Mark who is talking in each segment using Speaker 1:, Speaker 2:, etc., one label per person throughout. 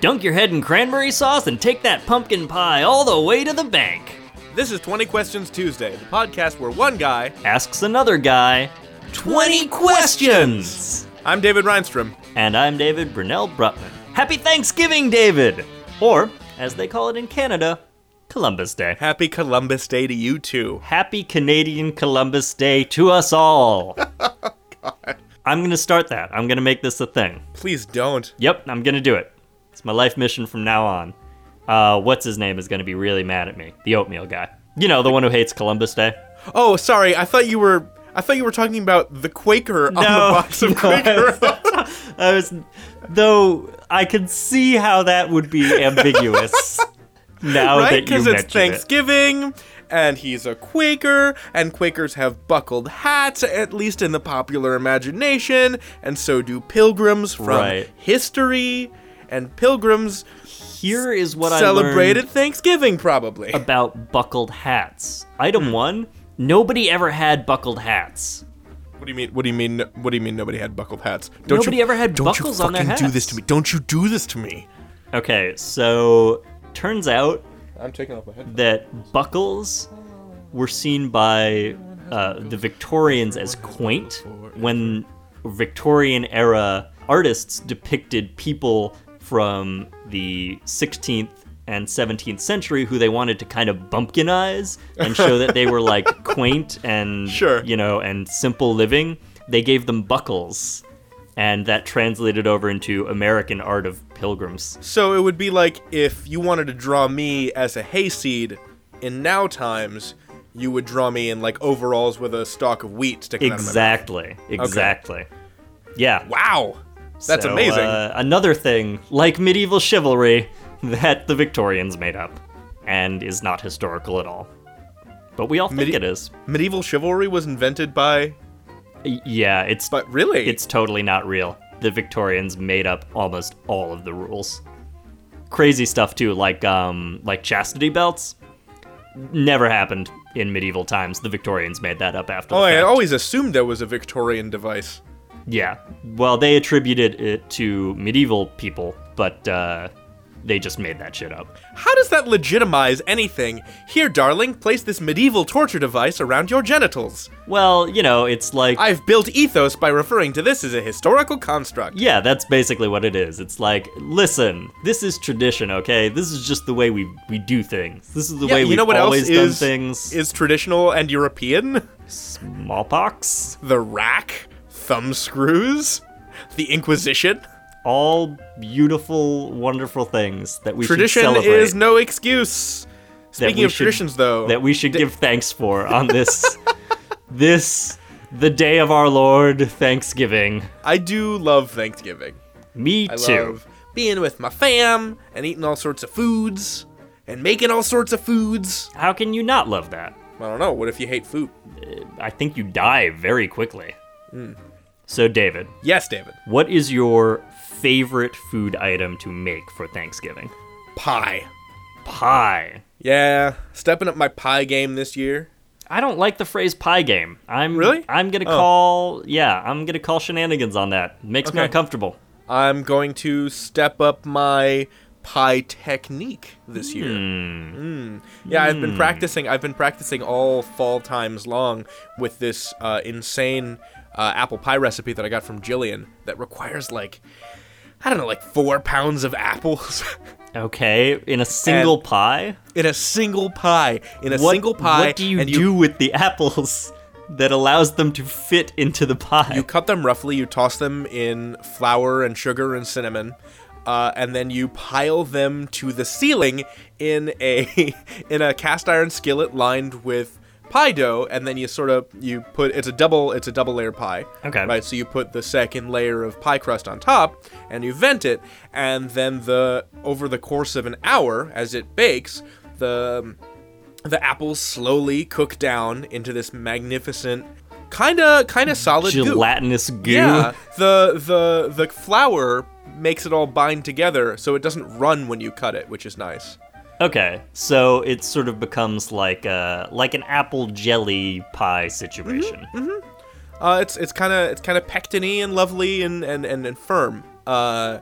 Speaker 1: Dunk your head in cranberry sauce and take that pumpkin pie all the way to the bank.
Speaker 2: This is 20 Questions Tuesday, the podcast where one guy,
Speaker 1: Asks another guy 20 questions.
Speaker 2: I'm David Reinstrom.
Speaker 1: And I'm David Brunel Brutman. Happy Thanksgiving, David! Or, as they call it in Canada, Columbus Day.
Speaker 2: Happy Columbus Day to you too.
Speaker 1: Happy Canadian Columbus Day to us all. I'm going to start that. I'm going to make this a thing.
Speaker 2: Please don't.
Speaker 1: Yep, I'm gonna do it. It's my life mission from now on. Uh, what's his name is gonna be really mad at me. The oatmeal guy. You know, the one who hates Columbus Day.
Speaker 2: Oh, sorry. I thought you were. I thought you were talking about the Quaker on the box of
Speaker 1: no,
Speaker 2: Quaker.
Speaker 1: I was, I was- though I can see how that would be ambiguous. now
Speaker 2: right?
Speaker 1: that you
Speaker 2: Because
Speaker 1: mention
Speaker 2: it's Thanksgiving, and he's a Quaker, and Quakers have buckled hats, at least in the popular imagination, and so do pilgrims from
Speaker 1: Right.
Speaker 2: history. And pilgrims
Speaker 1: it. Here is what I
Speaker 2: celebrated
Speaker 1: learned
Speaker 2: Thanksgiving, probably.
Speaker 1: about buckled hats.
Speaker 2: Hmm.
Speaker 1: Item one: Nobody ever had buckled hats.
Speaker 2: What do you mean? What do you mean? What do you mean? Nobody had buckled hats? Don't
Speaker 1: Nobody
Speaker 2: you,
Speaker 1: ever had
Speaker 2: don't
Speaker 1: buckles
Speaker 2: you
Speaker 1: on
Speaker 2: fucking
Speaker 1: their
Speaker 2: Do this
Speaker 1: hats.
Speaker 2: to me! Don't you do this to me!
Speaker 1: Okay, so turns out
Speaker 2: I'm taking off my head.
Speaker 1: that buckles were seen by uh, the Victorians as quaint when Victorian era artists depicted people from the 16th and 17th century who they wanted to kind of bumpkinize and show that they were like quaint and
Speaker 2: Sure.
Speaker 1: you know and simple living they gave them buckles and that translated over into American art of pilgrims
Speaker 2: So it would be like if you wanted to draw me as a hayseed in now times, you would draw me in like overalls with a stalk of wheat sticking out
Speaker 1: Exactly. Exactly. Yeah.
Speaker 2: of my mouth. Wow, that's
Speaker 1: So,
Speaker 2: amazing.
Speaker 1: uh, another thing, like medieval chivalry, that the Victorians made up and is not historical at all. But we all think
Speaker 2: Medi-
Speaker 1: it is.
Speaker 2: Medieval chivalry was invented by,
Speaker 1: Y- Yeah, it's
Speaker 2: but really,
Speaker 1: it's totally not real. The Victorians made up almost all of the rules. Crazy stuff too, like um like chastity belts. Never happened in medieval times. The Victorians made that up after.
Speaker 2: oh,
Speaker 1: the
Speaker 2: I
Speaker 1: fact.
Speaker 2: always assumed that was a Victorian device.
Speaker 1: Yeah. Well, they attributed it to medieval people, but uh, they just made that shit up.
Speaker 2: How does that legitimize anything? Here, darling, place this medieval torture device around your genitals.
Speaker 1: Well, you know, it's like.
Speaker 2: I've built ethos by referring to this as a historical construct.
Speaker 1: yeah, that's basically what it is. It's like, listen, this is tradition, okay? This is just the way we, we do things. This is the way
Speaker 2: you know
Speaker 1: we've
Speaker 2: what
Speaker 1: always
Speaker 2: else
Speaker 1: done
Speaker 2: is,
Speaker 1: things.
Speaker 2: is traditional and European?
Speaker 1: Smallpox?
Speaker 2: The rack, thumb screws, the Inquisition.
Speaker 1: All beautiful, wonderful things that we should
Speaker 2: Tradition
Speaker 1: celebrate.
Speaker 2: is no excuse.
Speaker 1: that
Speaker 2: Speaking
Speaker 1: we
Speaker 2: of
Speaker 1: should-
Speaker 2: traditions, though,
Speaker 1: that we should give thanks for on this, this, the day of our Lord, Thanksgiving.
Speaker 2: I do love Thanksgiving.
Speaker 1: Me
Speaker 2: I
Speaker 1: too.
Speaker 2: love being with my fam and eating all sorts of foods and making all sorts of foods.
Speaker 1: How can you not love that?
Speaker 2: I don't know. What if you hate food?
Speaker 1: I think you die very quickly.
Speaker 2: Hmm.
Speaker 1: So, David,
Speaker 2: Yes, David.
Speaker 1: what is your favorite food item to make for Thanksgiving?
Speaker 2: Pie.
Speaker 1: Pie.
Speaker 2: Yeah, stepping up my pie game this year.
Speaker 1: I don't like the phrase pie game. I'm
Speaker 2: Really?
Speaker 1: I'm gonna
Speaker 2: Oh.
Speaker 1: call yeah, I'm gonna call shenanigans on that. Makes me
Speaker 2: Okay.
Speaker 1: uncomfortable.
Speaker 2: I'm going to step up my pie technique this year. Mm.
Speaker 1: Hmm.
Speaker 2: Yeah, I've been practicing. I've been practicing all fall times long with this uh, insane uh, apple pie recipe that I got from Jillian that requires like I don't know, like four pounds of apples
Speaker 1: Okay, in a single pie.
Speaker 2: in a single pie. In a
Speaker 1: What-
Speaker 2: single pie.
Speaker 1: What do you
Speaker 2: and
Speaker 1: do with the apples that allows them to fit into the pie?
Speaker 2: You cut them roughly, you toss them in flour and sugar and cinnamon, uh, and then you pile them to the ceiling in a in a cast iron skillet lined with pie dough, and then you sort of you put it's a double it's a double layer pie.
Speaker 1: Okay.
Speaker 2: Right, so you put the second layer of pie crust on top, and you vent it, and then the over the course of an hour as it bakes, the the apples slowly cook down into this magnificent kind of kind of solid goo.
Speaker 1: Gelatinous goo.
Speaker 2: Yeah, the the the flour makes it all bind together, so it doesn't run when you cut it, which is nice.
Speaker 1: Okay, so it sort of becomes like a like an apple jelly
Speaker 2: Mm-hmm.
Speaker 1: pie situation.
Speaker 2: Uh, it's it's kind of it's kind of pectiny and lovely and and and, and firm. Uh,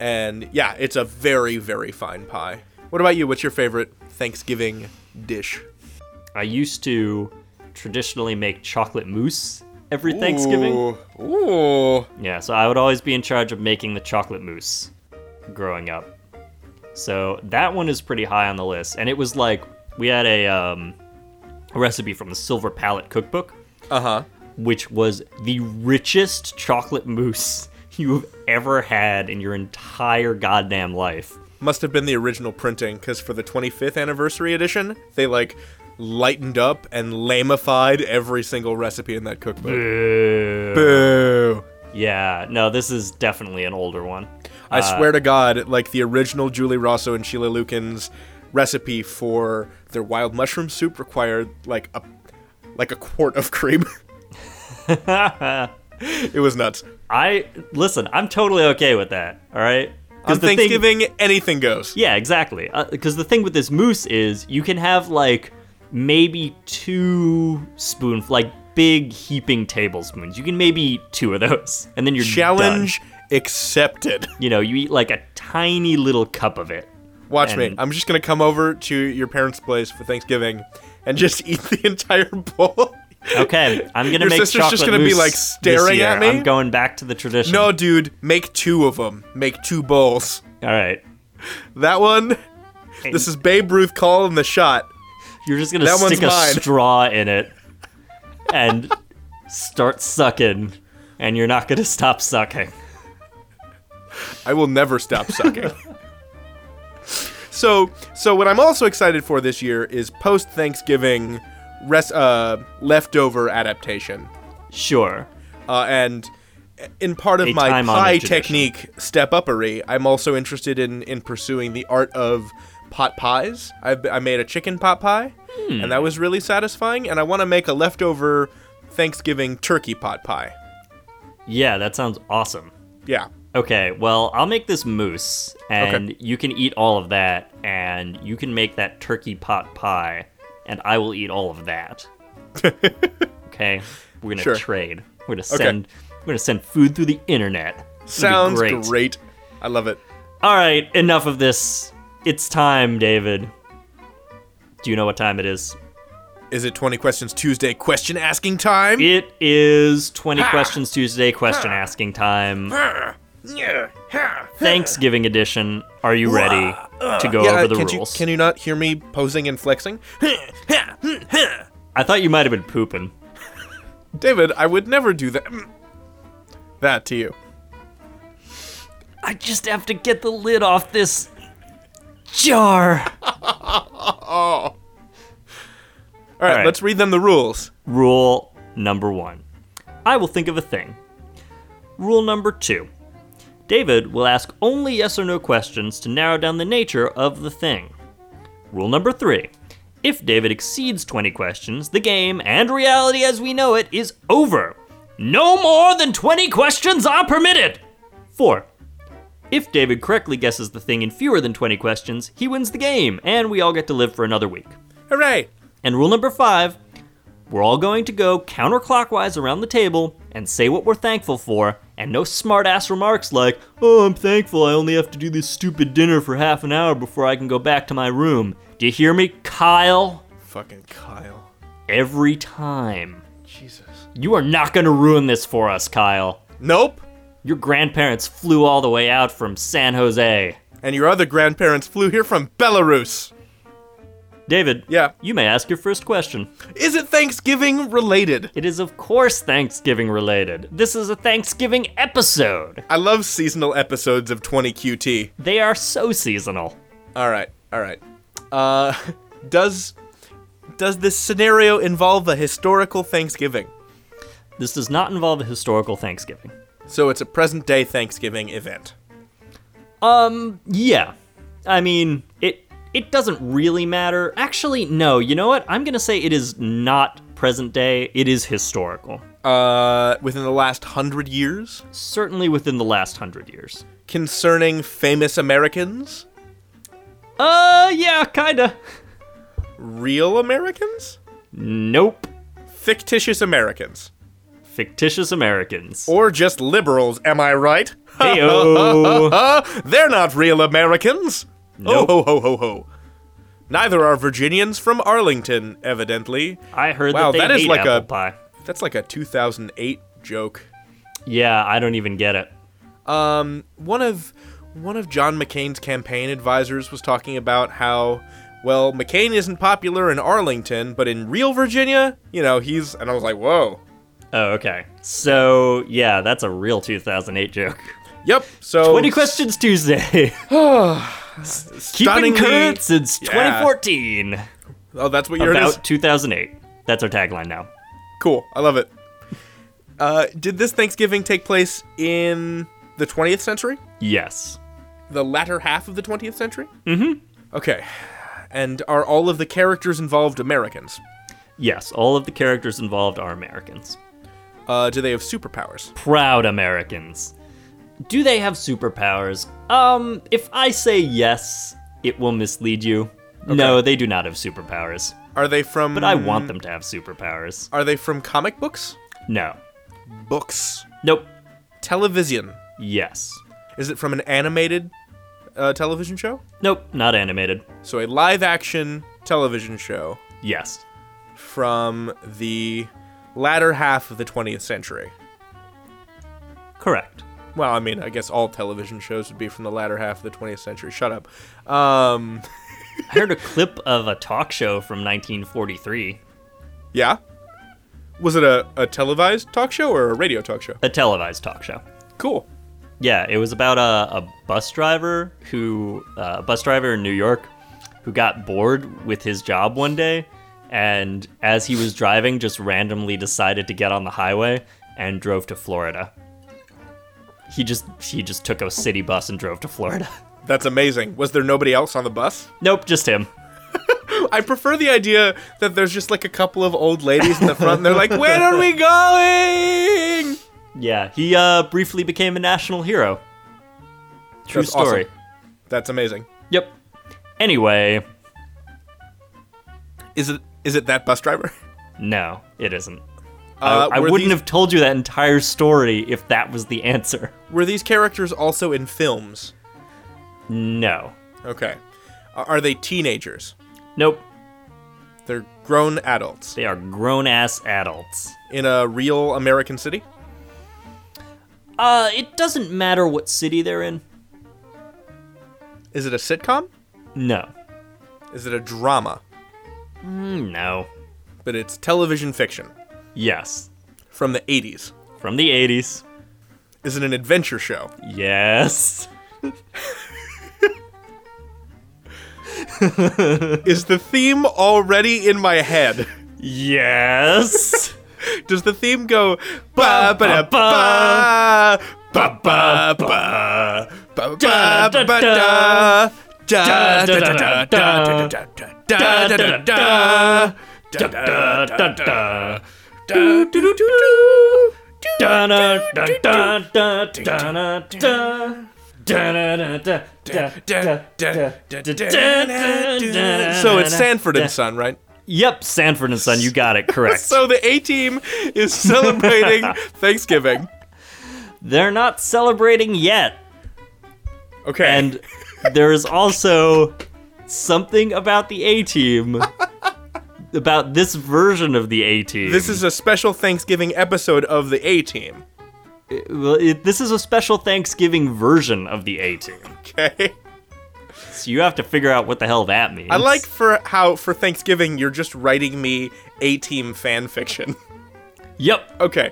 Speaker 2: And yeah, it's a very, very fine pie. What about you? What's your favorite Thanksgiving dish?
Speaker 1: I used to traditionally make chocolate mousse every Thanksgiving.
Speaker 2: Ooh, ooh.
Speaker 1: Yeah, so I would always be in charge of making the chocolate mousse growing up. So that one is pretty high on the list. And it was like we had a, um, a recipe from the Silver Palette cookbook,
Speaker 2: Uh huh.
Speaker 1: which was the richest chocolate mousse you've ever had in your entire goddamn life.
Speaker 2: Must have been the original printing, because for the 25th anniversary edition, they like lightened up and lamified every single recipe in that cookbook. Boo.
Speaker 1: Yeah, no, this is definitely an older one.
Speaker 2: I
Speaker 1: Uh,
Speaker 2: swear to God, like the original Julie Rosso and Sheila Lukens recipe for their wild mushroom soup required like a like a quart of cream. it was nuts.
Speaker 1: I listen. I'm totally okay with that. All right.
Speaker 2: On
Speaker 1: the thing-
Speaker 2: Thanksgiving, anything goes.
Speaker 1: yeah, exactly. Because the thing with this mousse is you can have like maybe two spoons, like big heaping tablespoons. You can maybe eat two of those, and then you're
Speaker 2: Challenge accepted.
Speaker 1: done. You know, you eat like a tiny little cup of it.
Speaker 2: Watch me.
Speaker 1: And-
Speaker 2: I'm just gonna come over to your parents' place for Thanksgiving and just eat the entire bowl.
Speaker 1: Okay, I'm gonna
Speaker 2: Your
Speaker 1: make
Speaker 2: sister's
Speaker 1: chocolate
Speaker 2: just gonna be,
Speaker 1: mousse
Speaker 2: like,
Speaker 1: this
Speaker 2: staring
Speaker 1: year.
Speaker 2: at me?
Speaker 1: I'm going back to the tradition.
Speaker 2: No, dude, make two of them. Make two bowls.
Speaker 1: all right.
Speaker 2: That one. This is Babe Ruth calling the shot.
Speaker 1: You're just gonna
Speaker 2: That one's
Speaker 1: stick a
Speaker 2: mine.
Speaker 1: straw in it and start sucking, and you're not gonna stop sucking.
Speaker 2: I will never stop sucking. so, so what I'm also excited for this year is post Thanksgiving, res- uh, leftover adaptation,
Speaker 1: Sure.
Speaker 2: uh, and in part of
Speaker 1: A
Speaker 2: my
Speaker 1: time-honored
Speaker 2: pie
Speaker 1: tradition.
Speaker 2: technique step upery, I'm also interested in in pursuing the art of pot pies. I've, I made a chicken pot pie,
Speaker 1: Hmm.
Speaker 2: and that was really satisfying. And I want to make a leftover Thanksgiving turkey pot pie.
Speaker 1: Yeah, that sounds awesome.
Speaker 2: Yeah,
Speaker 1: Okay, well, I'll make this mousse, and you can eat all of that, and you can make that turkey pot pie, and I will eat all of that. okay, we're gonna
Speaker 2: Sure.
Speaker 1: trade. We're gonna send. We're gonna send food through the internet. It's gonna be
Speaker 2: sounds
Speaker 1: great.
Speaker 2: great. I love it.
Speaker 1: All right, enough of this. It's time, David. Do you know what time it is?
Speaker 2: Is it 20 Questions Tuesday question asking time?
Speaker 1: It is 20 Questions Tuesday question asking time,
Speaker 2: Yeah. Yeah.
Speaker 1: Thanksgiving edition. Are you ready to go over the
Speaker 2: can
Speaker 1: rules?
Speaker 2: You, can you not hear me posing and flexing?
Speaker 1: I thought you might have been pooping.
Speaker 2: David, I would never do that. Mm. That to you.
Speaker 1: I just have to get the lid off this jar.
Speaker 2: All right,
Speaker 1: right.
Speaker 2: let's read them the rules.
Speaker 1: Rule number one I will think of a thing. Rule number two David will ask only yes or no questions to narrow down the nature of the thing. Rule number three If David exceeds 20 questions, the game and reality as we know it is over. No more than 20 questions are permitted! Four. If David correctly guesses the thing in fewer than 20 questions, he wins the game, and we all get to live for another week.
Speaker 2: Hooray!
Speaker 1: And rule number five we're all going to go counterclockwise around the table and say what we're thankful for, and no smart ass remarks like, oh, I'm thankful I only have to do this stupid dinner for half an hour before I can go back to my room. Do you hear me, Kyle?
Speaker 2: Fucking Kyle.
Speaker 1: Every time.
Speaker 2: Jesus.
Speaker 1: You are not going to ruin this for us, Kyle.
Speaker 2: Nope.
Speaker 1: Your grandparents flew all the way out from San Jose.
Speaker 2: And your other grandparents flew here from Belarus.
Speaker 1: David,
Speaker 2: Yeah.
Speaker 1: you may ask your first question.
Speaker 2: Is it Thanksgiving related?
Speaker 1: It is, of course, Thanksgiving related. This is a Thanksgiving episode.
Speaker 2: I love seasonal episodes of 20QT.
Speaker 1: They are so seasonal.
Speaker 2: All right, all right. Uh, does does this scenario involve a historical Thanksgiving?
Speaker 1: This does not involve a historical Thanksgiving.
Speaker 2: So it's a present day Thanksgiving event.
Speaker 1: Yeah. I mean, it it doesn't really matter. Actually, no. You know what? I'm going to say it is not present day. It is historical.
Speaker 2: Uh, within the last hundred years,
Speaker 1: Certainly within the last 100 years.
Speaker 2: concerning famous Americans,
Speaker 1: Uh, yeah, kind of.
Speaker 2: real Americans,
Speaker 1: Nope.
Speaker 2: fictitious Americans,
Speaker 1: Fictitious Americans.
Speaker 2: Oh. or just liberals? Am I right?
Speaker 1: Heyo.
Speaker 2: They're not real Americans.
Speaker 1: Nope.
Speaker 2: Oh ho ho ho ho. Neither are Virginians from Arlington, evidently.
Speaker 1: I heard that
Speaker 2: Wow,
Speaker 1: they
Speaker 2: that is
Speaker 1: hate
Speaker 2: like
Speaker 1: apple
Speaker 2: a-
Speaker 1: pie.
Speaker 2: That's like a 2008 joke.
Speaker 1: Yeah, I don't even get it.
Speaker 2: Um, one of one of John McCain's campaign advisors was talking about how well McCain isn't popular in Arlington, but in real Virginia, you know, he's and I was like, "Whoa."
Speaker 1: Oh, okay. So yeah, that's a real 2008 joke.
Speaker 2: Yep. So
Speaker 1: 20 questions Tuesday. Keeping
Speaker 2: stunningly-
Speaker 1: current since
Speaker 2: Yeah.
Speaker 1: 2014.
Speaker 2: Oh, that's what you're
Speaker 1: About 2008. That's our tagline now.
Speaker 2: Cool. I love it. Uh, did this Thanksgiving take place in the 20th century?
Speaker 1: Yes.
Speaker 2: The latter half of the 20th century? Mm
Speaker 1: Mm-hmm.
Speaker 2: hmm. Okay. And are all of the characters involved Americans?
Speaker 1: Yes, all of the characters involved are Americans.
Speaker 2: Uh, do they have superpowers?
Speaker 1: Proud Americans. Do they have superpowers? Um, if I say yes, it will mislead you. No, they do not have superpowers.
Speaker 2: Are they from.
Speaker 1: But I want them to have superpowers.
Speaker 2: Are they from comic books?
Speaker 1: No.
Speaker 2: Books.
Speaker 1: Nope.
Speaker 2: Television.
Speaker 1: Yes.
Speaker 2: Is it from an animated uh, television show?
Speaker 1: Nope, not animated.
Speaker 2: So a live action television show
Speaker 1: Yes.
Speaker 2: from the latter half of the 20th century.
Speaker 1: Correct.
Speaker 2: Well, I mean, I guess all television shows would be from the latter half of the 20th century. Shut up. Um,
Speaker 1: I heard a clip of a talk show from 1943,
Speaker 2: yeah. Was it a, a televised talk show or a radio talk show?
Speaker 1: a televised talk show.
Speaker 2: Cool.
Speaker 1: Yeah, it was about a, a bus driver who, uh, a bus driver in New York, who got bored with his job one day, and as he was driving, just randomly decided to get on the highway and drove to Florida. He just he just took a city bus and drove to Florida.
Speaker 2: That's amazing. Was there nobody else on the bus?
Speaker 1: Nope, just him.
Speaker 2: I prefer the idea that there's just like a couple of old ladies in the front and they're like, "Where are we going?"
Speaker 1: Yeah, he uh, briefly became a national hero. True
Speaker 2: That's awesome.
Speaker 1: story.
Speaker 2: That's amazing.
Speaker 1: Yep. Anyway,
Speaker 2: Is it is it that bus driver?
Speaker 1: no, it isn't.
Speaker 2: Uh,
Speaker 1: I, I
Speaker 2: were
Speaker 1: wouldn't
Speaker 2: these-
Speaker 1: have told you that entire story if that was the answer.
Speaker 2: Were these characters also in films?
Speaker 1: No.
Speaker 2: Okay. Are are they teenagers?
Speaker 1: Nope.
Speaker 2: They're grown adults
Speaker 1: They are grown ass adults.
Speaker 2: in a real American city?
Speaker 1: Uh, it doesn't matter what city they're in.
Speaker 2: Is it a sitcom?
Speaker 1: No.
Speaker 2: Is it a drama?
Speaker 1: Mm, No.
Speaker 2: But it's television fiction
Speaker 1: Yes.
Speaker 2: from the 80s.
Speaker 1: From the 80s.
Speaker 2: Is it an adventure show?
Speaker 1: Yes.
Speaker 2: Is the theme already in my head?
Speaker 1: Yes.
Speaker 2: Does the theme go ba ba da ba ba ba ba ba ba ba da da da da da da da da da da da da da da da da da
Speaker 1: Da-da-da-da.
Speaker 2: do do do do do
Speaker 1: Da-na-da-da-da-da-da.
Speaker 2: da da da da da So it's Sanford and Son, right?
Speaker 1: Yep, Sanford and Son, you got it correct.
Speaker 2: So the A team is celebrating Thanksgiving.
Speaker 1: They're not celebrating yet.
Speaker 2: Okay.
Speaker 1: And there is also something about the A team, about this version of the A team.
Speaker 2: this is a special Thanksgiving episode of the A team.
Speaker 1: Well, it- this is a special Thanksgiving version of the A team.
Speaker 2: Okay.
Speaker 1: So you have to figure out what the hell that means.
Speaker 2: I like for how for Thanksgiving you're just writing me A team fan fiction.
Speaker 1: Yep.
Speaker 2: Okay.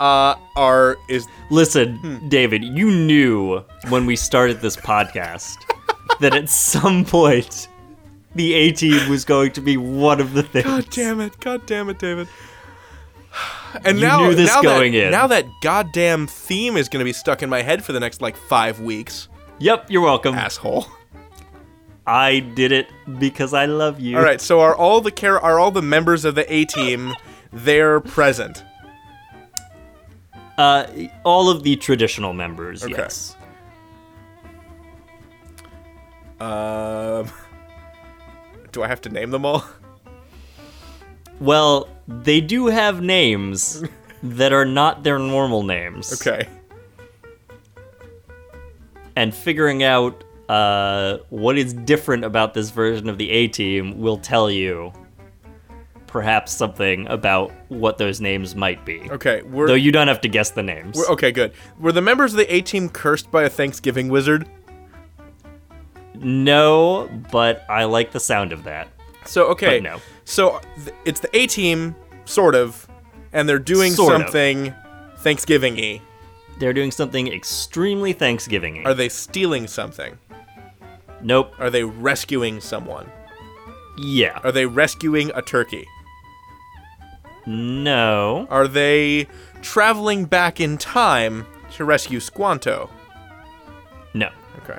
Speaker 2: Uh are is
Speaker 1: Listen,
Speaker 2: Hmm.
Speaker 1: David, you knew when we started this podcast that at some point the A team was going to be one of the things.
Speaker 2: God damn it. God damn it, David. And
Speaker 1: You
Speaker 2: now,
Speaker 1: knew this
Speaker 2: now
Speaker 1: going
Speaker 2: that,
Speaker 1: in.
Speaker 2: now that goddamn theme is going to be stuck in my head for the next like 5 weeks.
Speaker 1: Yep, you're welcome.
Speaker 2: Asshole.
Speaker 1: I did it because I love you.
Speaker 2: All right, so are all the care are all the members of the A team there present?
Speaker 1: Uh, all of the traditional members, yes.
Speaker 2: Um Do I have to name them all?
Speaker 1: Well, they do have names that are not their normal names.
Speaker 2: Okay.
Speaker 1: and figuring out uh, what is different about this version of the A Team will tell you perhaps something about what those names might be.
Speaker 2: Okay, we're,
Speaker 1: Though you don't have to guess the names.
Speaker 2: we're okay. Good. Were the members of the A team cursed by a Thanksgiving wizard?
Speaker 1: No, but I like the sound of that.
Speaker 2: So okay,
Speaker 1: But no.
Speaker 2: So th- it's the A team, sort of, and they're doing
Speaker 1: Sort of.
Speaker 2: something Thanksgiving-y.
Speaker 1: They're doing something extremely Thanksgiving
Speaker 2: Are they stealing something?
Speaker 1: Nope.
Speaker 2: Are they rescuing someone?
Speaker 1: Yeah.
Speaker 2: Are they rescuing a turkey?
Speaker 1: No.
Speaker 2: Are they traveling back in time to rescue Squanto?
Speaker 1: No.
Speaker 2: Okay.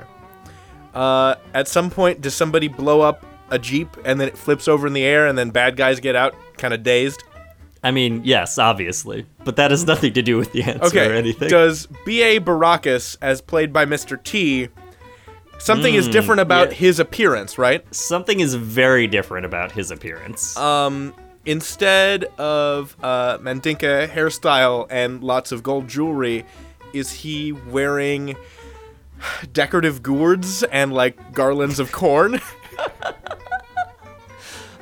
Speaker 2: Uh, at some point, does somebody blow up a jeep and then it flips over in the air and then bad guys get out, kind of dazed?
Speaker 1: I mean, yes, obviously. But that has nothing to do with the answer
Speaker 2: Okay.
Speaker 1: or anything.
Speaker 2: Does B.A. Baracus, as played by Mr. T, something is different about
Speaker 1: Hmm, yeah.
Speaker 2: his appearance, right?
Speaker 1: Something is very different about his appearance.
Speaker 2: Um, instead of uh, Mandinka hairstyle and lots of gold jewelry, is he wearing decorative gourds and like garlands of corn?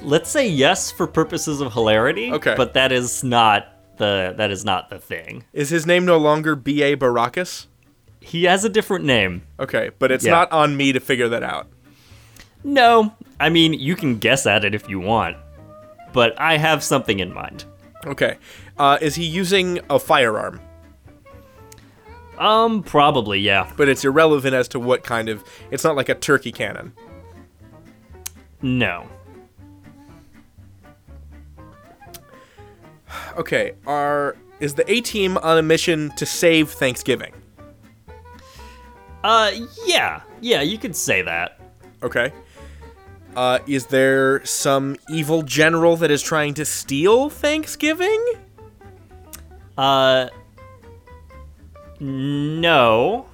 Speaker 1: Let's say yes for purposes of hilarity.
Speaker 2: Okay.
Speaker 1: But that is not the that is not the thing.
Speaker 2: is his name no longer B.A. Baracus?
Speaker 1: He has a different name.
Speaker 2: Okay, but it's
Speaker 1: Yeah.
Speaker 2: not on me to figure that out.
Speaker 1: No. I mean, you can guess at it if you want. But I have something in mind.
Speaker 2: Okay. Uh, is he using a firearm?
Speaker 1: Um, probably, yeah.
Speaker 2: But it's irrelevant as to what kind of. It's not like a turkey cannon.
Speaker 1: No.
Speaker 2: Okay, are is the A team on a mission to save Thanksgiving?
Speaker 1: Uh, yeah. Yeah, you could say that.
Speaker 2: Okay. Uh, is there some evil general that is trying to steal Thanksgiving?
Speaker 1: Uh, no.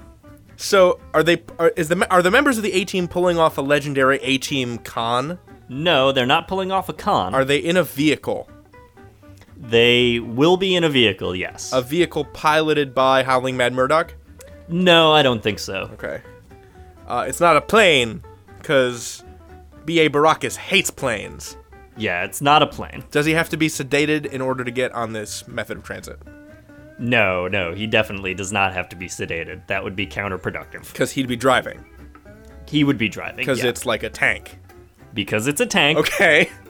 Speaker 2: So are they? Are, is the are the members of the A team pulling off a legendary A team con?
Speaker 1: No, they're not pulling off a con.
Speaker 2: Are they in a vehicle?
Speaker 1: they will be in a vehicle, yes.
Speaker 2: A vehicle piloted by Howling Mad Murdoch?
Speaker 1: no, I don't think so.
Speaker 2: Okay. Uh, it's not a plane, because B.A. Baracus hates planes.
Speaker 1: Yeah, it's not a plane.
Speaker 2: Does he have to be sedated in order to get on this method of transit?
Speaker 1: No, no, he definitely does not have to be sedated. That would be counterproductive.
Speaker 2: Because he'd be driving,
Speaker 1: He would be driving.
Speaker 2: because
Speaker 1: yeah.
Speaker 2: it's like a tank.
Speaker 1: because it's a tank.
Speaker 2: Okay.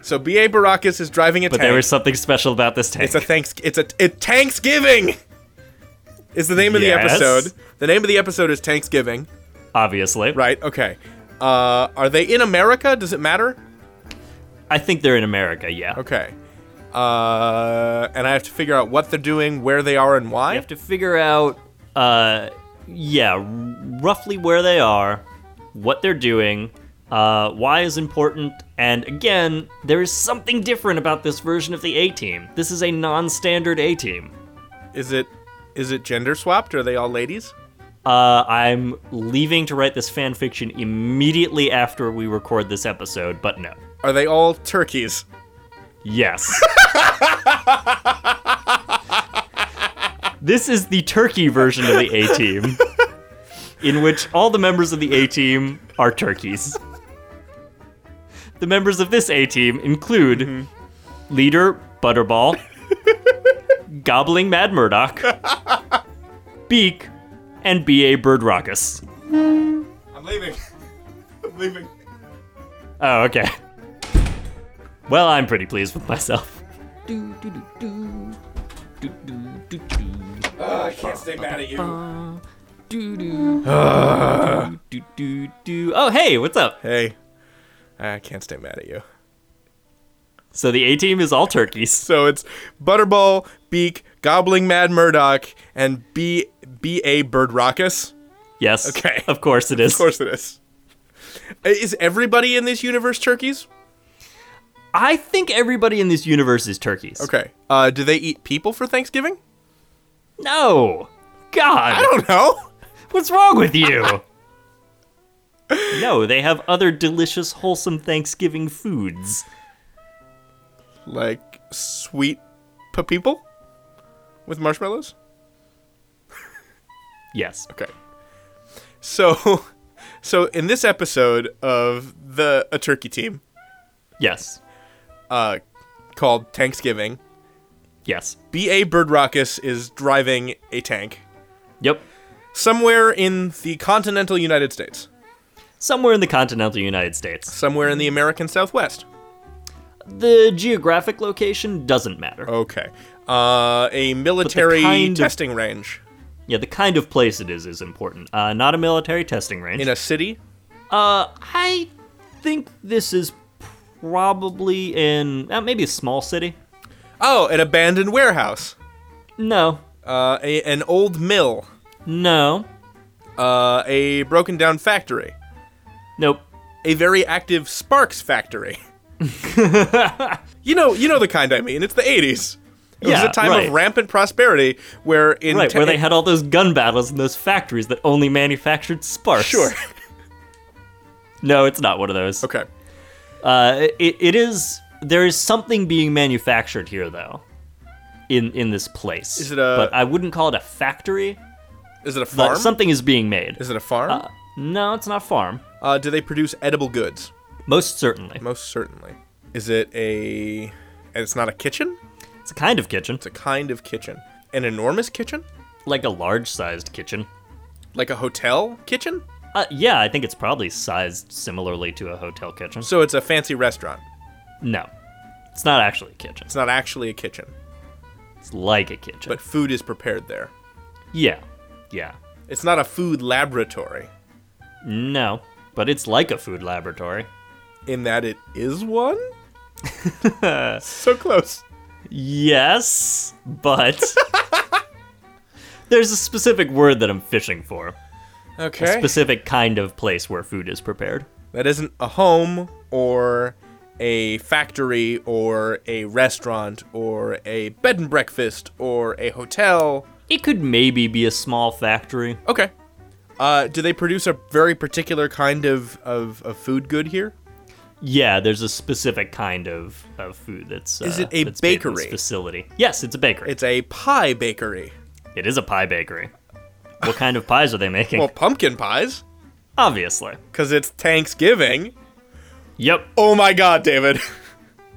Speaker 2: So B.A. Baracus is driving a
Speaker 1: But
Speaker 2: tank.
Speaker 1: there was something special about this tank.
Speaker 2: It's a thanks. It's a it Thanksgiving. Is the name of
Speaker 1: Yes.
Speaker 2: the episode? The name of the episode is Thanksgiving,
Speaker 1: obviously.
Speaker 2: right? Okay. Uh, are they in America? Does it matter?
Speaker 1: I think they're in America, yeah.
Speaker 2: Okay. Uh, and I have to figure out what they're doing, where they are, and why.
Speaker 1: You have to figure out, uh, yeah, r- roughly where they are, what they're doing, uh, why is important, and again, there is something different about this version of the A Team. This is a non-standard A Team.
Speaker 2: Is it is it gender swapped? Are they all ladies?
Speaker 1: Uh, I'm leaving to write this fan fiction immediately after we record this episode, but no.
Speaker 2: Are they all turkeys?
Speaker 1: Yes. this is the turkey version of the A Team, in which all the members of the A Team are turkeys. The members of this A Team include leader Butterball, Gobbling Mad Murdoch, Beak, and B.A. Bird Raucus.
Speaker 2: I'm leaving. I'm leaving.
Speaker 1: Oh, okay. Well, I'm pretty pleased with myself.
Speaker 2: Ugh, Ah, I can't stay mad at you.
Speaker 1: Oh, hey, what's up?
Speaker 2: Hey, I can't stay mad at you.
Speaker 1: So the A team is all turkeys.
Speaker 2: So it's Butterball, Beak, Gobbling Mad Murdoch, and B B A Bird Raucus.
Speaker 1: Yes.
Speaker 2: Okay.
Speaker 1: Of course it
Speaker 2: Of
Speaker 1: is.
Speaker 2: course it is. Is everybody in this universe turkeys?
Speaker 1: I think everybody in this universe is turkeys.
Speaker 2: Okay. Uh, do they eat people for Thanksgiving?
Speaker 1: No. God.
Speaker 2: I don't know.
Speaker 1: What's wrong with you? no, they have other delicious, wholesome Thanksgiving foods.
Speaker 2: Like sweet p- people with marshmallows.
Speaker 1: Yes.
Speaker 2: Okay. So, so in this episode of the a turkey team
Speaker 1: Yes.
Speaker 2: uh, called Thanksgiving,
Speaker 1: Yes.
Speaker 2: B.A. Birdrackus is driving a tank
Speaker 1: Yep.
Speaker 2: somewhere in the continental United States,
Speaker 1: Somewhere in the continental United States.
Speaker 2: somewhere in the American Southwest.
Speaker 1: The geographic location doesn't matter.
Speaker 2: Okay. Uh, a military
Speaker 1: kind of-
Speaker 2: testing range
Speaker 1: Yeah, the kind of place it is is important. Uh, not a military testing range.
Speaker 2: in a city.
Speaker 1: uh, I think this is probably in uh, maybe a small city.
Speaker 2: Oh, an abandoned warehouse.
Speaker 1: No,
Speaker 2: Uh, a, an old mill.
Speaker 1: no,
Speaker 2: Uh, a broken down factory.
Speaker 1: nope.
Speaker 2: A very active Sparks factory. you know, you know the kind I mean. It's the 80s. It was
Speaker 1: Yeah,
Speaker 2: a time
Speaker 1: right.
Speaker 2: of rampant prosperity where in
Speaker 1: Right,
Speaker 2: te-
Speaker 1: where they had all those gun battles in those factories that only manufactured sparks.
Speaker 2: Sure.
Speaker 1: No, it's not one of those.
Speaker 2: okay.
Speaker 1: Uh, it, it is. There is something being manufactured here, though, in in this place.
Speaker 2: Is it a-
Speaker 1: But I wouldn't call it a factory.
Speaker 2: Is it a
Speaker 1: But
Speaker 2: farm?
Speaker 1: something is being made.
Speaker 2: Is it a farm?
Speaker 1: Uh, no, it's not a farm.
Speaker 2: Uh, do they produce edible goods?
Speaker 1: Most certainly,
Speaker 2: Most certainly. Is it a? and It's not a kitchen.
Speaker 1: it's a kind of kitchen,
Speaker 2: It's a kind of kitchen. An enormous kitchen,
Speaker 1: like a large-sized kitchen.
Speaker 2: like a hotel kitchen.
Speaker 1: Uh, yeah, I think it's probably sized similarly to a hotel kitchen.
Speaker 2: So it's a fancy restaurant.
Speaker 1: No, it's not actually a kitchen.
Speaker 2: It's not actually a kitchen,
Speaker 1: It's like a kitchen.
Speaker 2: but food is prepared there.
Speaker 1: yeah, yeah.
Speaker 2: It's not a food laboratory
Speaker 1: No, but it's like a food laboratory.
Speaker 2: in that it is one. so close.
Speaker 1: Yes, but there's a specific word that I'm fishing for.
Speaker 2: Okay.
Speaker 1: Specific kind of place where food is prepared.
Speaker 2: that isn't a home or a factory or a restaurant or a bed and breakfast or a hotel.
Speaker 1: It could maybe be a small factory.
Speaker 2: Okay. Uh, do they produce a very particular kind of, of, of food good here?
Speaker 1: Yeah, there's a specific kind of, of food that's uh,
Speaker 2: Is it a
Speaker 1: that's made in this
Speaker 2: bakery?
Speaker 1: facility? Yes, it's a bakery.
Speaker 2: It's a pie bakery.
Speaker 1: It is a pie bakery. What kind of pies are they making?
Speaker 2: Well, pumpkin pies,
Speaker 1: Obviously.
Speaker 2: because it's Thanksgiving.
Speaker 1: Yep.
Speaker 2: Oh my god, David.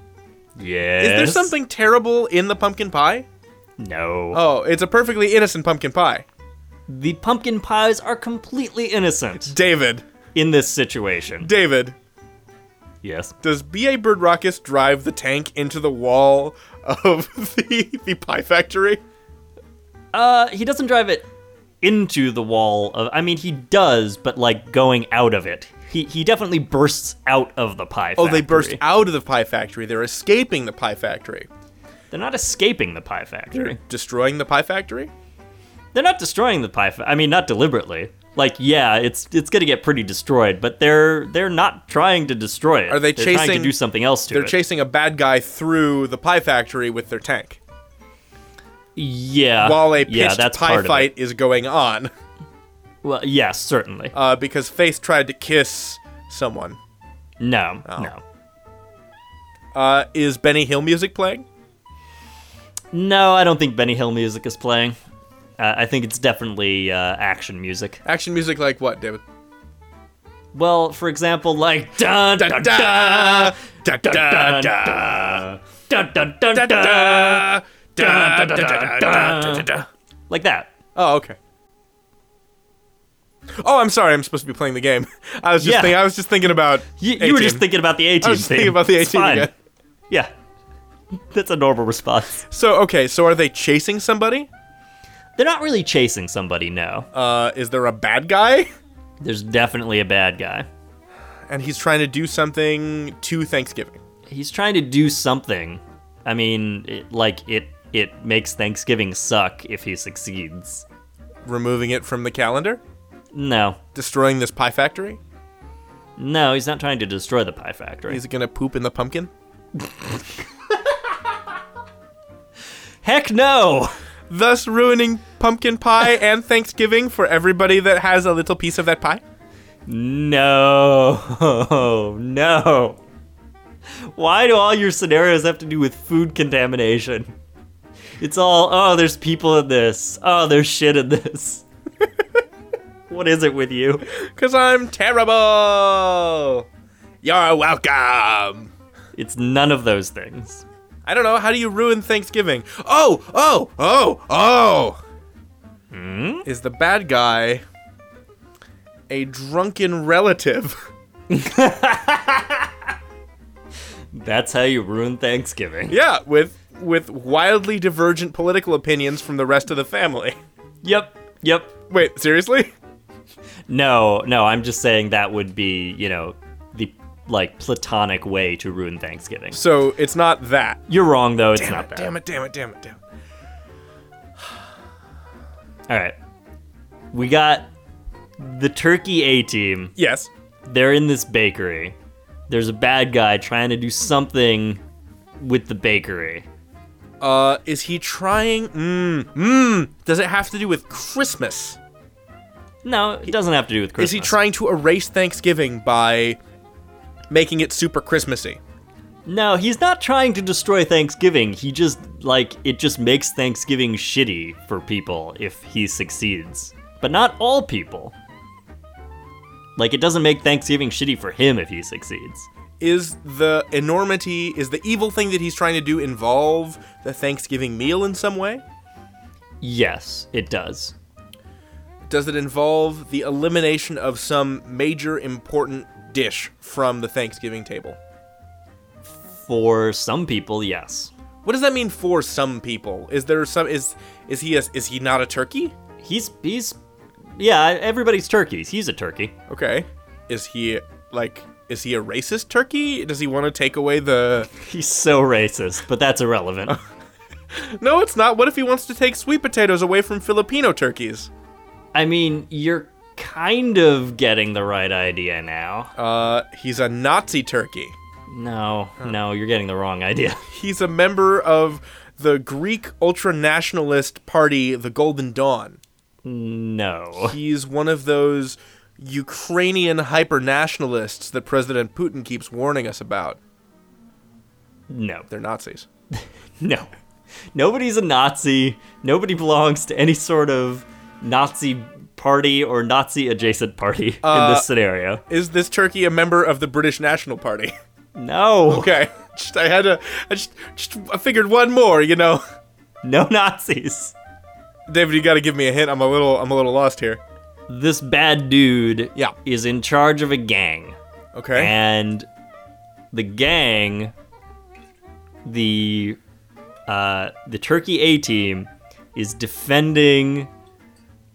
Speaker 1: Yes.
Speaker 2: Is there something terrible in the pumpkin pie?
Speaker 1: No.
Speaker 2: Oh, it's a perfectly innocent pumpkin pie.
Speaker 1: Uh, The pumpkin pies are completely innocent
Speaker 2: David,
Speaker 1: in this situation.
Speaker 2: David,
Speaker 1: Yes.
Speaker 2: does B.A. Birdrockus drive the tank into the wall of the, the pie factory?
Speaker 1: Uh, he doesn't drive it into the wall of. I mean, he does, but like going out of it. He he definitely bursts out of the pie.
Speaker 2: Oh, they burst
Speaker 1: factory.
Speaker 2: out of the pie factory. They're escaping the pie factory.
Speaker 1: They're not escaping the pie factory.
Speaker 2: They're destroying the pie factory?
Speaker 1: They're not destroying the pie. Fa- I mean, not deliberately. Like, yeah, it's it's gonna get pretty destroyed, but they're they're not trying to destroy it.
Speaker 2: Are they
Speaker 1: They're trying
Speaker 2: chasing-
Speaker 1: to do something else to
Speaker 2: They're
Speaker 1: it?
Speaker 2: chasing a bad guy through the pie factory with their tank
Speaker 1: yeah.
Speaker 2: while a pitched
Speaker 1: Uh, yeah, that's
Speaker 2: pie
Speaker 1: part of
Speaker 2: fight is going on
Speaker 1: it. Well, yes, certainly.
Speaker 2: uh, because Faith tried to kiss someone.
Speaker 1: no,
Speaker 2: oh.
Speaker 1: no,
Speaker 2: Uh, is Benny Hill music playing?
Speaker 1: no. I don't think Benny Hill music is playing. Uh, I think it's definitely uh, action music.
Speaker 2: Action music like what, David?
Speaker 1: Well, for example, like dun
Speaker 2: Da
Speaker 1: dun
Speaker 2: da da da
Speaker 1: dun
Speaker 2: da da
Speaker 1: dun dun dun dun
Speaker 2: da
Speaker 1: dun
Speaker 2: da da da da da da da.
Speaker 1: like that.
Speaker 2: Oh, okay. Oh, I'm sorry. I'm supposed to be playing the game. I was just
Speaker 1: Yeah.
Speaker 2: thinking. I was just thinking about.
Speaker 1: You, you were just
Speaker 2: A-Team.
Speaker 1: thinking about the eighteen.
Speaker 2: I was just thinking about the
Speaker 1: It's
Speaker 2: 18
Speaker 1: fine.
Speaker 2: again.
Speaker 1: Yeah, that's a normal response.
Speaker 2: So okay. So are they chasing somebody?
Speaker 1: They're not really chasing somebody. No,
Speaker 2: Uh, is there a bad guy?
Speaker 1: there's definitely a bad guy.
Speaker 2: And he's trying to do something to Thanksgiving.
Speaker 1: He's trying to do something. I mean, it, like it it makes Thanksgiving suck if he succeeds.
Speaker 2: Removing it from the calendar.
Speaker 1: No,
Speaker 2: Destroying this pie factory.
Speaker 1: no, he's not trying to destroy the pie factory.
Speaker 2: He's gonna poop in the pumpkin.
Speaker 1: Heck no.
Speaker 2: Thus ruining pumpkin pie and Thanksgiving for everybody that has a little piece of that pie.
Speaker 1: No, no. Why do all your scenarios have to do with food contamination? It's all, oh, there's people in this. Oh, there's shit in this. What is it with you?
Speaker 2: Because I'm terrible. You're welcome.
Speaker 1: It's none of those things.
Speaker 2: I don't know. How do you ruin Thanksgiving? Oh, oh, oh, oh.
Speaker 1: Hmm?
Speaker 2: Is the bad guy a drunken relative?
Speaker 1: That's how you ruin Thanksgiving.
Speaker 2: yeah, with with wildly divergent political opinions from the rest of the family.
Speaker 1: Yep. Yep.
Speaker 2: Wait, seriously?
Speaker 1: No, no, I'm just saying that would be, you know, the like platonic way to ruin Thanksgiving.
Speaker 2: So it's not that.
Speaker 1: You're wrong though, it's not that.
Speaker 2: Damn it, damn it, damn it, damn it.
Speaker 1: All right. We got the Turkey A team.
Speaker 2: Yes.
Speaker 1: They're in this bakery. There's a bad guy trying to do something with the bakery.
Speaker 2: Uh, is he trying? Mmm, mmm. Does it have to do with Christmas?
Speaker 1: No, it doesn't have to do with Christmas.
Speaker 2: Is he trying to erase Thanksgiving by making it super Christmassy?
Speaker 1: No, he's not trying to destroy Thanksgiving. He just like it just makes Thanksgiving shitty for people if he succeeds. But not all people. Like it doesn't make Thanksgiving shitty for him if he succeeds.
Speaker 2: Is the enormity, is the evil thing that he's trying to do involve the Thanksgiving meal in some way?
Speaker 1: Yes, it does.
Speaker 2: Does it involve the elimination of some major important dish from the Thanksgiving table?
Speaker 1: For some people, yes.
Speaker 2: What does that mean for some people? Is there some is is he a, is he not a turkey?
Speaker 1: He's he's yeah, everybody's turkeys. He's a turkey.
Speaker 2: Okay. Is he like is he a racist turkey? Does he want to take away the
Speaker 1: He's so racist, but that's irrelevant.
Speaker 2: No, it's not. What if he wants to take sweet potatoes away from Filipino turkeys?
Speaker 1: I mean, you're kind of getting the right idea now.
Speaker 2: Uh, he's a Nazi turkey.
Speaker 1: No, no, you're getting the wrong idea.
Speaker 2: He's a member of the Greek ultra nationalist party, the Golden Dawn.
Speaker 1: No.
Speaker 2: He's one of those Ukrainian hyper nationalists that President Putin keeps warning us about.
Speaker 1: No.
Speaker 2: They're Nazis.
Speaker 1: No. Nobody's a Nazi. Nobody belongs to any sort of Nazi party or Nazi adjacent party in this scenario.
Speaker 2: Is this turkey a member of the British National Party?
Speaker 1: No.
Speaker 2: Okay. Just, I had to. I just, just. I figured one more. You know,
Speaker 1: No Nazis.
Speaker 2: David, you got to give me a hint. I'm a little. I'm a little lost here.
Speaker 1: This bad dude
Speaker 2: Yeah.
Speaker 1: is in charge of a gang.
Speaker 2: Okay.
Speaker 1: And the gang, the uh, the Turkey A team, is defending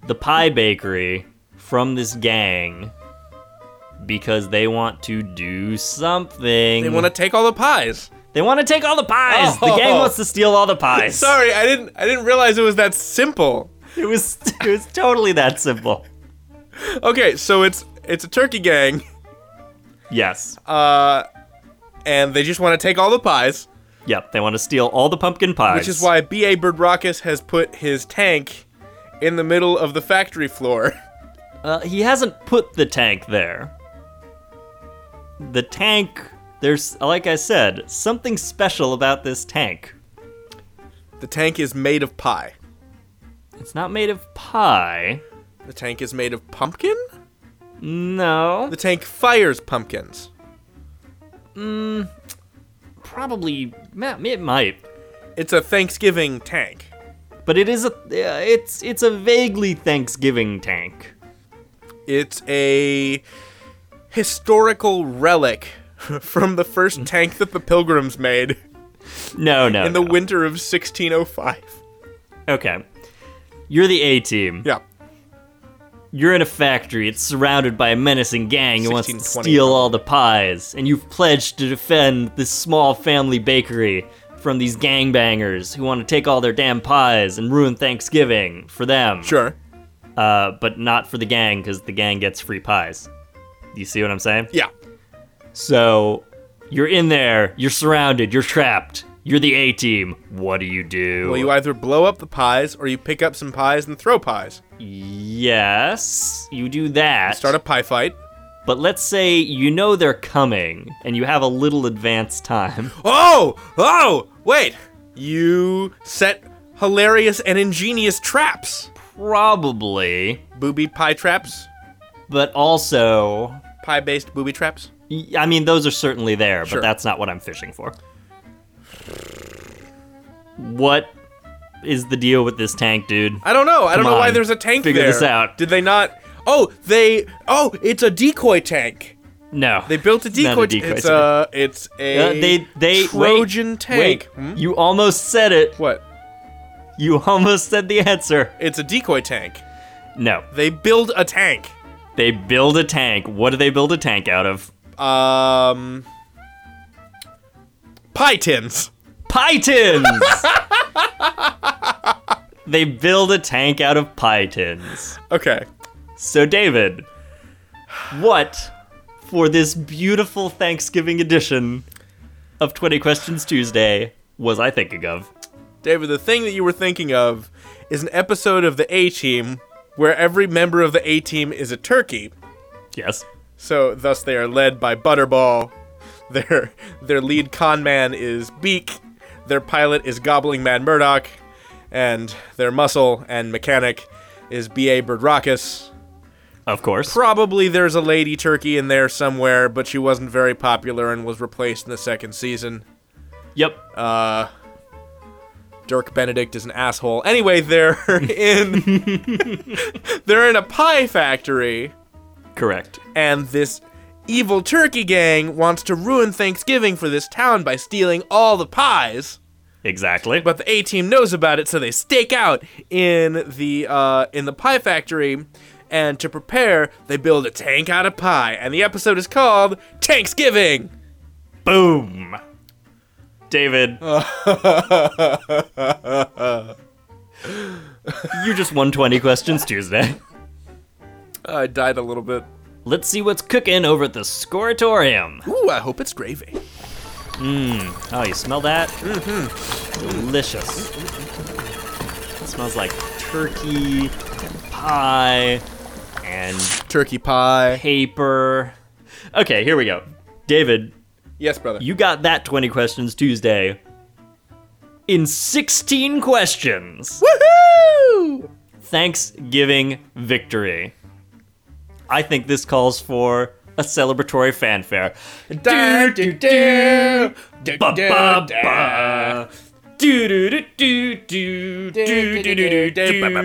Speaker 1: the pie bakery from this gang because they want to do something.
Speaker 2: they want to take all the pies.
Speaker 1: They want to take all the pies. The gang
Speaker 2: Oh.
Speaker 1: wants to steal all the pies.
Speaker 2: Sorry, I didn't I didn't realize it was that simple.
Speaker 1: It was it was totally that simple.
Speaker 2: Okay, so it's it's a turkey gang
Speaker 1: Yes.
Speaker 2: Uh, and they just want to take all the pies,
Speaker 1: yep. They want to steal all the pumpkin pies.
Speaker 2: which is why BA Birdrockis has put his tank in the middle of the factory floor.
Speaker 1: Uh, he hasn't put the tank there. The tank, there's, like I said, something special about this tank.
Speaker 2: The tank is made of pie.
Speaker 1: It's not made of pie.
Speaker 2: The tank is made of pumpkin?
Speaker 1: No.
Speaker 2: The tank fires pumpkins.
Speaker 1: Probably, ma- it might.
Speaker 2: It's a Thanksgiving tank.
Speaker 1: But it is a, uh, it's, it's a vaguely Thanksgiving tank.
Speaker 2: It's a historical relic from the first tank that the pilgrims made
Speaker 1: No, no.
Speaker 2: in the
Speaker 1: no.
Speaker 2: winter of 1605.
Speaker 1: okay. You're the A team.
Speaker 2: Yeah.
Speaker 1: You're in a factory. It's surrounded by a menacing gang who wants to
Speaker 2: 1620.
Speaker 1: steal all the pies, and you've pledged to defend this small family bakery from these gangbangers who want to take all their damn pies and ruin Thanksgiving for them.
Speaker 2: Sure.
Speaker 1: Uh, but not for the gang, because the gang gets free pies. You see what I'm saying?
Speaker 2: Yeah.
Speaker 1: So, you're in there. You're surrounded. You're trapped. You're the A team. What do you do?
Speaker 2: Well, you either blow up the pies or you pick up some pies and throw pies.
Speaker 1: yes, you do that.
Speaker 2: Start a pie fight.
Speaker 1: But let's say you know they're coming and you have a little advance time.
Speaker 2: Oh! Oh! Wait! You set hilarious and ingenious traps.
Speaker 1: Probably.
Speaker 2: Booby pie traps.
Speaker 1: but also
Speaker 2: Pie based booby traps?
Speaker 1: y- I mean those are certainly there,
Speaker 2: Sure.
Speaker 1: but that's not what I'm fishing for. What is the deal with this tank, dude?
Speaker 2: I don't know. I don't
Speaker 1: Come
Speaker 2: know why
Speaker 1: on,
Speaker 2: there's a tank
Speaker 1: figure
Speaker 2: there.
Speaker 1: this out.
Speaker 2: Did they not? Oh, they. Oh, it's a decoy tank.
Speaker 1: No.
Speaker 2: They built a
Speaker 1: not
Speaker 2: decoy.
Speaker 1: a
Speaker 2: t-
Speaker 1: decoy
Speaker 2: it's
Speaker 1: tank.
Speaker 2: a. It's a.
Speaker 1: Uh, they they
Speaker 2: Trojan
Speaker 1: wait,
Speaker 2: tank.
Speaker 1: Wait,
Speaker 2: Hmm?
Speaker 1: you almost said it.
Speaker 2: What?
Speaker 1: You almost said the answer.
Speaker 2: It's a decoy tank.
Speaker 1: No.
Speaker 2: They build a tank.
Speaker 1: They build a tank. What do they build a tank out of?
Speaker 2: Um. Pie tins.
Speaker 1: Pytons. they build a tank out of pytons.
Speaker 2: Okay.
Speaker 1: So David, what for this beautiful Thanksgiving edition of 20 Questions Tuesday was I thinking of?
Speaker 2: David, the thing that you were thinking of is an episode of the A Team where every member of the A Team is a turkey.
Speaker 1: Yes.
Speaker 2: So thus they are led by Butterball. Their their lead con man is Beak. Their pilot is Gobbling Man Murdoch, and their muscle and mechanic is B.A. Birdrakus.
Speaker 1: Of course.
Speaker 2: Probably there's a lady turkey in there somewhere, but she wasn't very popular and was replaced in the second season.
Speaker 1: Yep.
Speaker 2: Dirk Benedict is an asshole. Anyway, they're in they're in a pie factory.
Speaker 1: Correct.
Speaker 2: and this evil turkey gang wants to ruin Thanksgiving for this town by stealing all the pies.
Speaker 1: Exactly.
Speaker 2: But the A team knows about it, so they stake out in the uh, in the pie factory, and to prepare, they build a tank out of pie. And the episode is called Thanksgiving.
Speaker 1: Boom. David. you just won 20 questions Tuesday.
Speaker 2: I died a little bit.
Speaker 1: Let's see what's cooking over at the Scoratorium.
Speaker 2: Ooh, I hope it's gravy.
Speaker 1: Oh, you smell that? Mm-hmm. Delicious. It smells like turkey, pie, and
Speaker 2: Turkey pie.
Speaker 1: paper. Okay, here we go. David,
Speaker 2: Yes, brother.
Speaker 1: you got that 20 questions Tuesday in 16 questions.
Speaker 2: Woohoo!
Speaker 1: Thanksgiving victory. I think this calls for a celebratory fanfare.
Speaker 2: Da, do, do. Do,
Speaker 1: Ba,
Speaker 2: do,
Speaker 1: ba,
Speaker 2: da.
Speaker 1: ba. Do, do, do, do, do, do, do, do, do, do.
Speaker 2: Ba,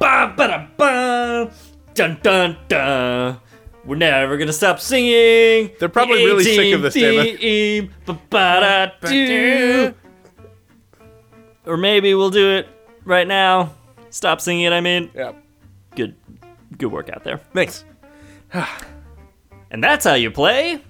Speaker 2: ba,
Speaker 1: Ba,
Speaker 2: ba.
Speaker 1: ba, da, ba. Dun, dun, dun. We're never gonna stop singing.
Speaker 2: They're probably really sick of this, David.
Speaker 1: David. Or maybe we'll do it right now. Stop singing it, I mean.
Speaker 2: Yeah.
Speaker 1: Good good work out there.
Speaker 2: Thanks.
Speaker 1: And that's how you play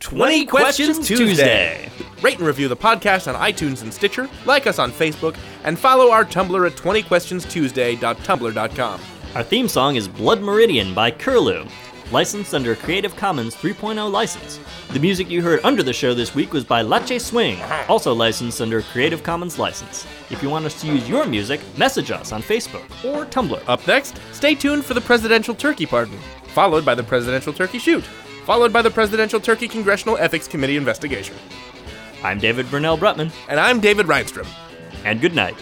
Speaker 1: 20 Questions, Tuesday.
Speaker 2: Rate and review the podcast on iTunes and Stitcher, like us on Facebook, and follow our Tumblr at 20questionstuesday.tumblr.com.
Speaker 1: Our theme song is Blood Meridian by Curlew, licensed under a Creative Commons 3.0 license. The music you heard under the show this week was by Lache Swing, also licensed under a Creative Commons license. If you want us to use your music, message us on Facebook or Tumblr.
Speaker 2: Up next, stay tuned for the presidential turkey pardon, followed by the presidential turkey shoot, followed by the presidential turkey congressional ethics committee investigation.
Speaker 1: I'm David Brunell Brutman,
Speaker 2: And I'm David Reinstrom.
Speaker 1: and good night.